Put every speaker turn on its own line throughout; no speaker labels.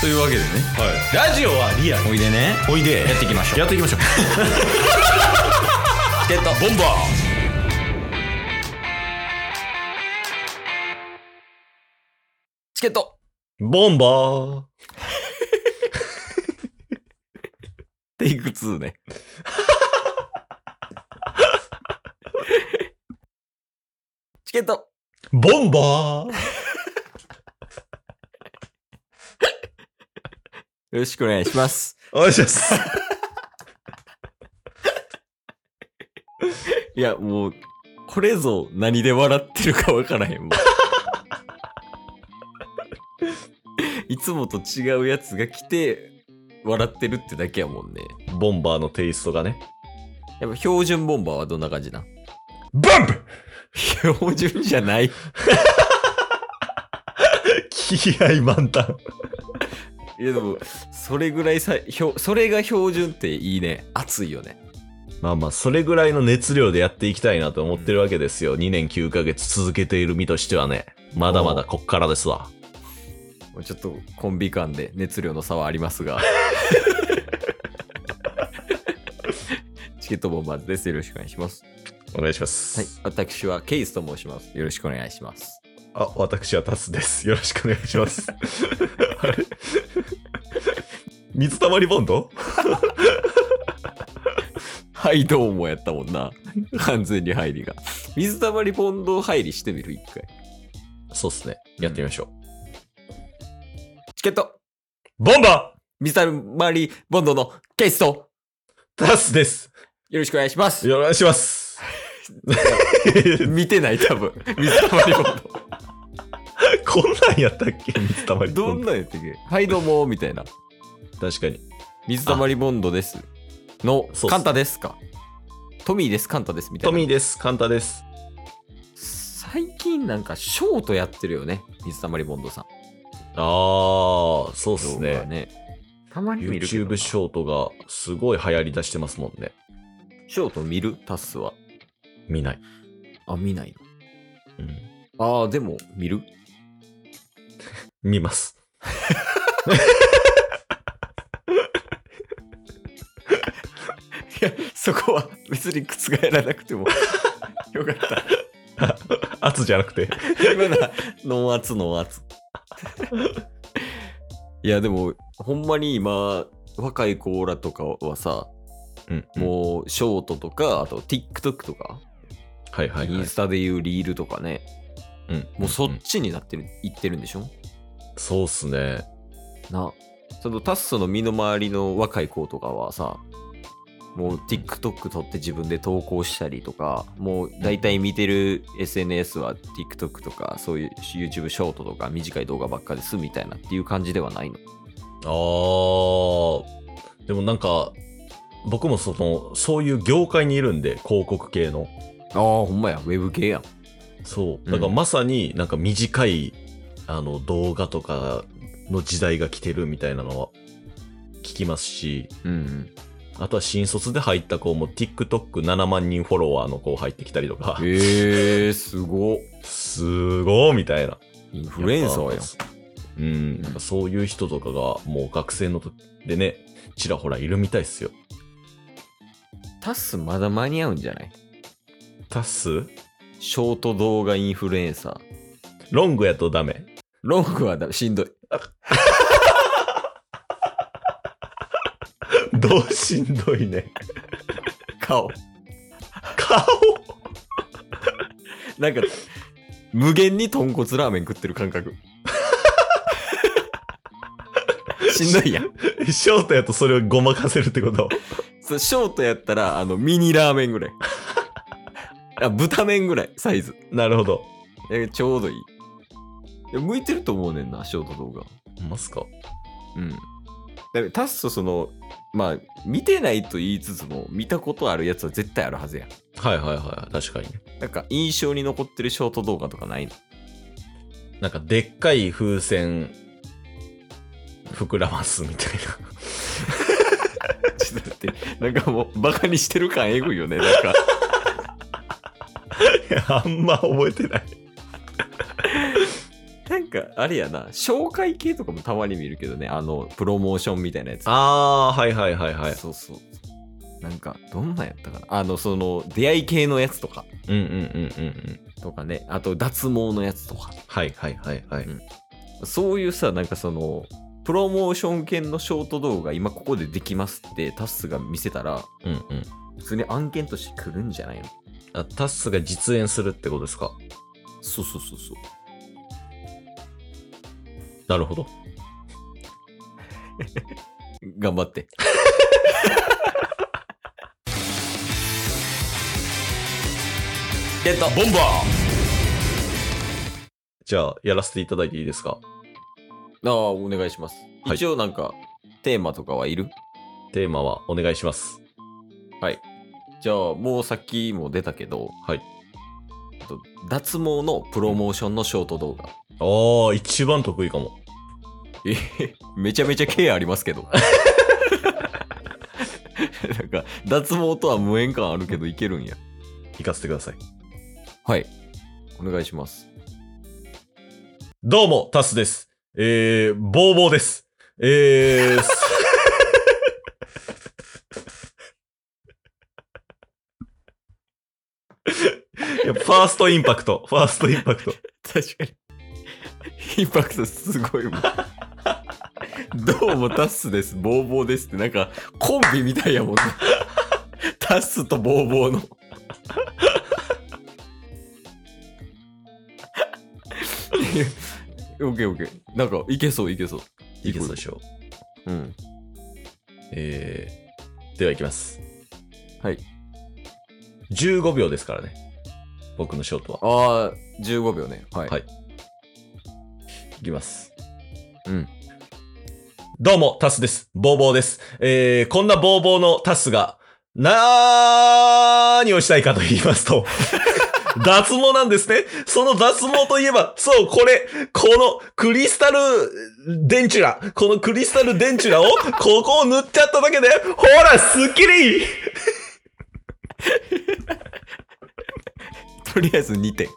というわけでね
ラジオはリアル
おいでね
おいで
やっていきましょう
やっていきましょう
チケットボンバーチケット
ボンバー
テイク2ねチケット
ボンバー
よろしくお願いします
お願いします
いやもうこれぞ何で笑ってるかわからへんもういつもと違うやつが来て笑ってるってだけやもんね
ボンバーのテイストがね
やっぱ標準ボンバーはどんな感じなん
バンプ
標準じゃない。
気合満タン
いやでも、それぐらいさ、ひょそれが標準っていいね。熱いよね。
まあまあそれぐらいの熱量でやっていきたいなと思ってるわけですよ2年9ヶ月続けている身としてはねまだまだこっからですわ
もうちょっとコンビ間で熱量の差はありますが。 チケットボンバーズです。よろしくお願いします。
お願いします
はい。私はケイスと申します。よろしくお願いします。
あ私はタスですよろしくお願いしますあれ水たまりボンド
はい、どうもやったもんな。完全に入りが。水溜りボンド入りしてみる一回。
そうっすねやってみましょう、
チケット
ボンバ
水溜りボンドのケイスと
ータスです
よろしくお願いします。
よろしくお願いします
見てない多分水溜りボン
こんなんやったっけ水たまり
ド
ボ
ど
ン
ん
ド
なんやったっけはいどうもみたいな
確かに
水溜りボンドですの
そうっす
カンタですかトミーですカンタですみたい
ト
な
ミーですカンタです
最近なんかショートやってるよね水溜りボンドさん
あーそうっす
動画
ね
ねたまに見るけどな
YouTube ショートがすごい流行りだしてますもんね
ショート見るタスは
見ない、
あ見ない
うん、
のあーでも見る
見ます
いやそこは別に覆らなくて もよかった
圧じゃなく て
今のはノン圧ノン圧いやでもほんまに今若い子らとかはさ、
うんもう
もうショートとかあと TikTok とか、
はいはい
イ
は
ン
い
スタでいうリールとかね
うん
もうそっ
ん
ちになってる、いってるんでしょ
そうっすね
なそのタッソの身の回りの若い子とかはさもう TikTok 撮って自分で投稿したりとかもう大体見てる SNS は TikTok とかそういう YouTube ショートとか短い動画ばっかですみたいなっていう感じではないの
あーでもなんか僕もそのそういう業界にいるんで広告系の
ああほんまやウェブ系やん
そうだからまさになんか短い、あの動画とかの時代が来てるみたいなのは聞きますし
うんうん
あとは新卒で入った子も TikTok7 万人フォロワーの子入ってきたりとか
へえすご
すごーみたいな
インフルエンサーやん
うんなんかそういう人とかがもう学生の時でねちらほらいるみたいっすよ
タスまだ間に合うんじゃない
タス
ショート動画インフルエンサー
ロングやとダメ
ロングはだしんどい
どうしんどいね
顔
顔
なんか無限に豚骨ラーメン食ってる感覚しんどいやん
ショートやとそれをごまかせるってこと
そうショートやったらあのミニラーメンぐらいあ豚麺ぐらいサイズ
なるほど
えちょうどいいいや向いてると思うねんなショート動画
ますか
うん。だからタッソその、まあ、見てないと言いつつも、見たことあるやつは絶対あるはずやん。
はいはいはい確かにね
なんか、印象に残ってるショート動画とかないの
なんかでっかい風船膨らますみたい
ちょっと待って、なんかもう、バカにしてる感えぐいよね。なんか、
ないやあんま覚えてない
タなんか、あれやな、紹介系とかもたまに見るけどね、あの、プロモーションみたいなやつ。
あー、はいはいはいはい。
そうそう。なんか、どんなんやったかな。あの、その、出会い系のやつとか、
うんうんうんうんうん。
とかね、あと、脱毛のやつとか、
はいはいはいはい。
そういうさ、なんかその、プロモーション系のショート動画、今ここでできますってタッスが見せたら、
うんうん。
普通に案件として来るんじゃないの
あ、タッスが実演するってことですか。
そうそうそうそう。
なるほど。
頑張って。ゲット
ボンバーじゃあ、やらせていただいていいですか
ああ、お願いします。
はい
一応なんか、テーマとかはいる
テーマはお願いします。
はい。じゃあ、もうさっきも出たけど、
はい。
えっと脱毛のプロモーションのショート動画。
ああ、一番得意かも。
えへめちゃめちゃケアありますけど。 なんか、脱毛とは無縁感あるけどいけるんや。
行かせてください。
はい。お願いします。
どうも、タスです。えー、ボーボーです。えー、すいや ファーストインパクト。ファーストインパクト。
確かに。インパクトすごいもん。どうもタッスです、ボーボーですって、なんかコンビみたいやもんね。タッスとボーボーの。オッケーオッケー。なんかいけそういけそう。
いけそうでしょう。
うん。
えー、では行きます。
はい。
15秒ですからね。僕のショートは。
ああ、15秒ね。はい。
はいいきます。
うん。
どうも、タスです。ボーボーです。えー、こんなボーボーのタスが、なーにをしたいかと言いますと、 脱毛なんですね。その脱毛といえば、そう、これ、このクリスタルデンチュラ、このクリスタルデンチュラを、ここを塗っちゃっただけで、ほら、スッキリ
とりあえず2点。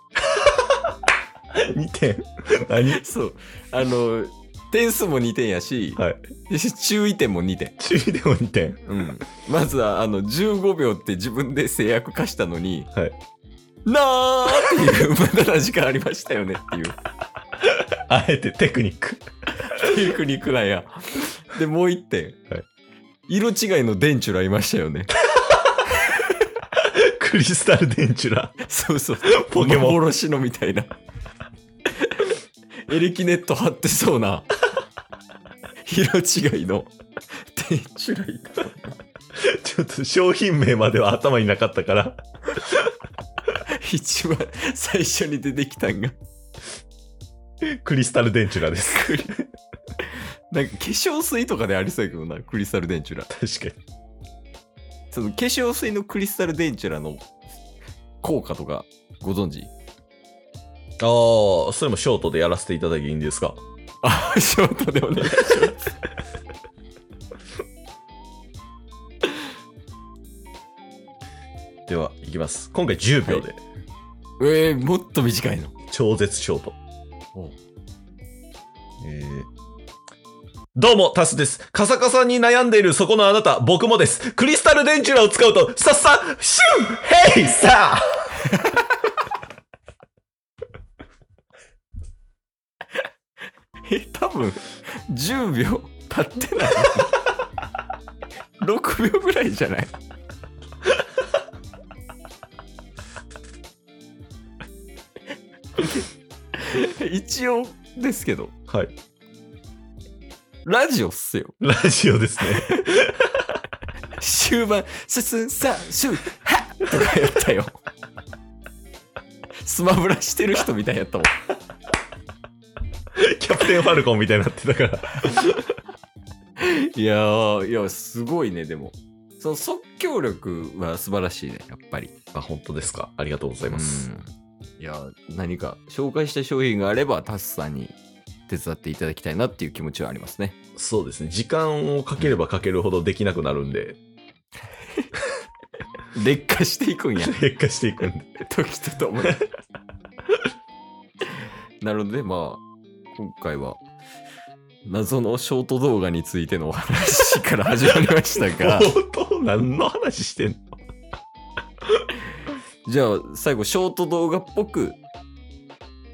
!2 点。何
そう。あの、点数も2点やし、
はい。
注意点も2点。
注意でも2点。
うん、まずはあの15秒って自分で制約化したのに、
はい
なーっていう無駄な時間ありましたよねっていう
あえてテクニック。
テクニックなんや。でもう一点、
はい
色違いの電柱ありましたよね。
クリスタルデンチュラ。
そうそう
ポケモン。
幻のみたいな。エレキネット貼ってそうな色違いの電柱いた
ちょっと商品名までは頭になかったから。
一番最初に出てきたんが
クリスタルデンチュラです。
なんか化粧水とかでありそうやけどなクリスタル電柱。
確かに。
その化粧水のクリスタルデンチュラの効果とかご存知
ああ、それもショートでやらせていただいていいんですか
あ、ショートでお願いします。
では、いきます。今回10秒で、
えー、もっと短いの。
超絶ショート。
お
えーどうも、タスです。カサカサに悩んでいるそこのあなた、僕もです。クリスタルデンチュラを使うと、さっさ、シュンヘイさあ
え、多分10秒経ってない。6秒ぐらいじゃない 一応ですけど、
はい。
ラジオっすよ。
ラジオですね。
終盤、すすさ、しゅ、はとかやったよ。スマブラしてる人みたいやったもん。
キャプテンファルコンみたいになってたから。
いやー、いや、すごいね、でも。その即興力は素晴らしいね、やっぱり。
あ、本当ですか。ありがとうございます。
うんいやー、何か紹介した商品があれば、タスさんに手伝っていただきたいなっていう気持ちはありますね。
そうですね。時間をかければかけるほどできなくなるんで、
劣化していくんや、
劣化していくんで。
時とともに。なので、まあ、今回は謎のショート動画についてのお話から始まりました が
冒頭何の話してんの
じゃあ最後ショート動画っぽく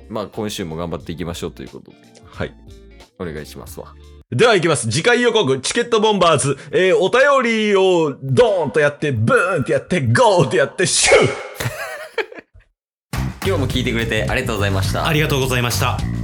まあ今週も頑張っていきましょうということで
はい。
お願いしますわ
では行きます。次回予告、チケットボンバーズ、えー、お便りをドーンとやって、ブーンってやって、ゴーってやって、シュー
今日も聞いてくれてありがとうございました
ありがとうございました。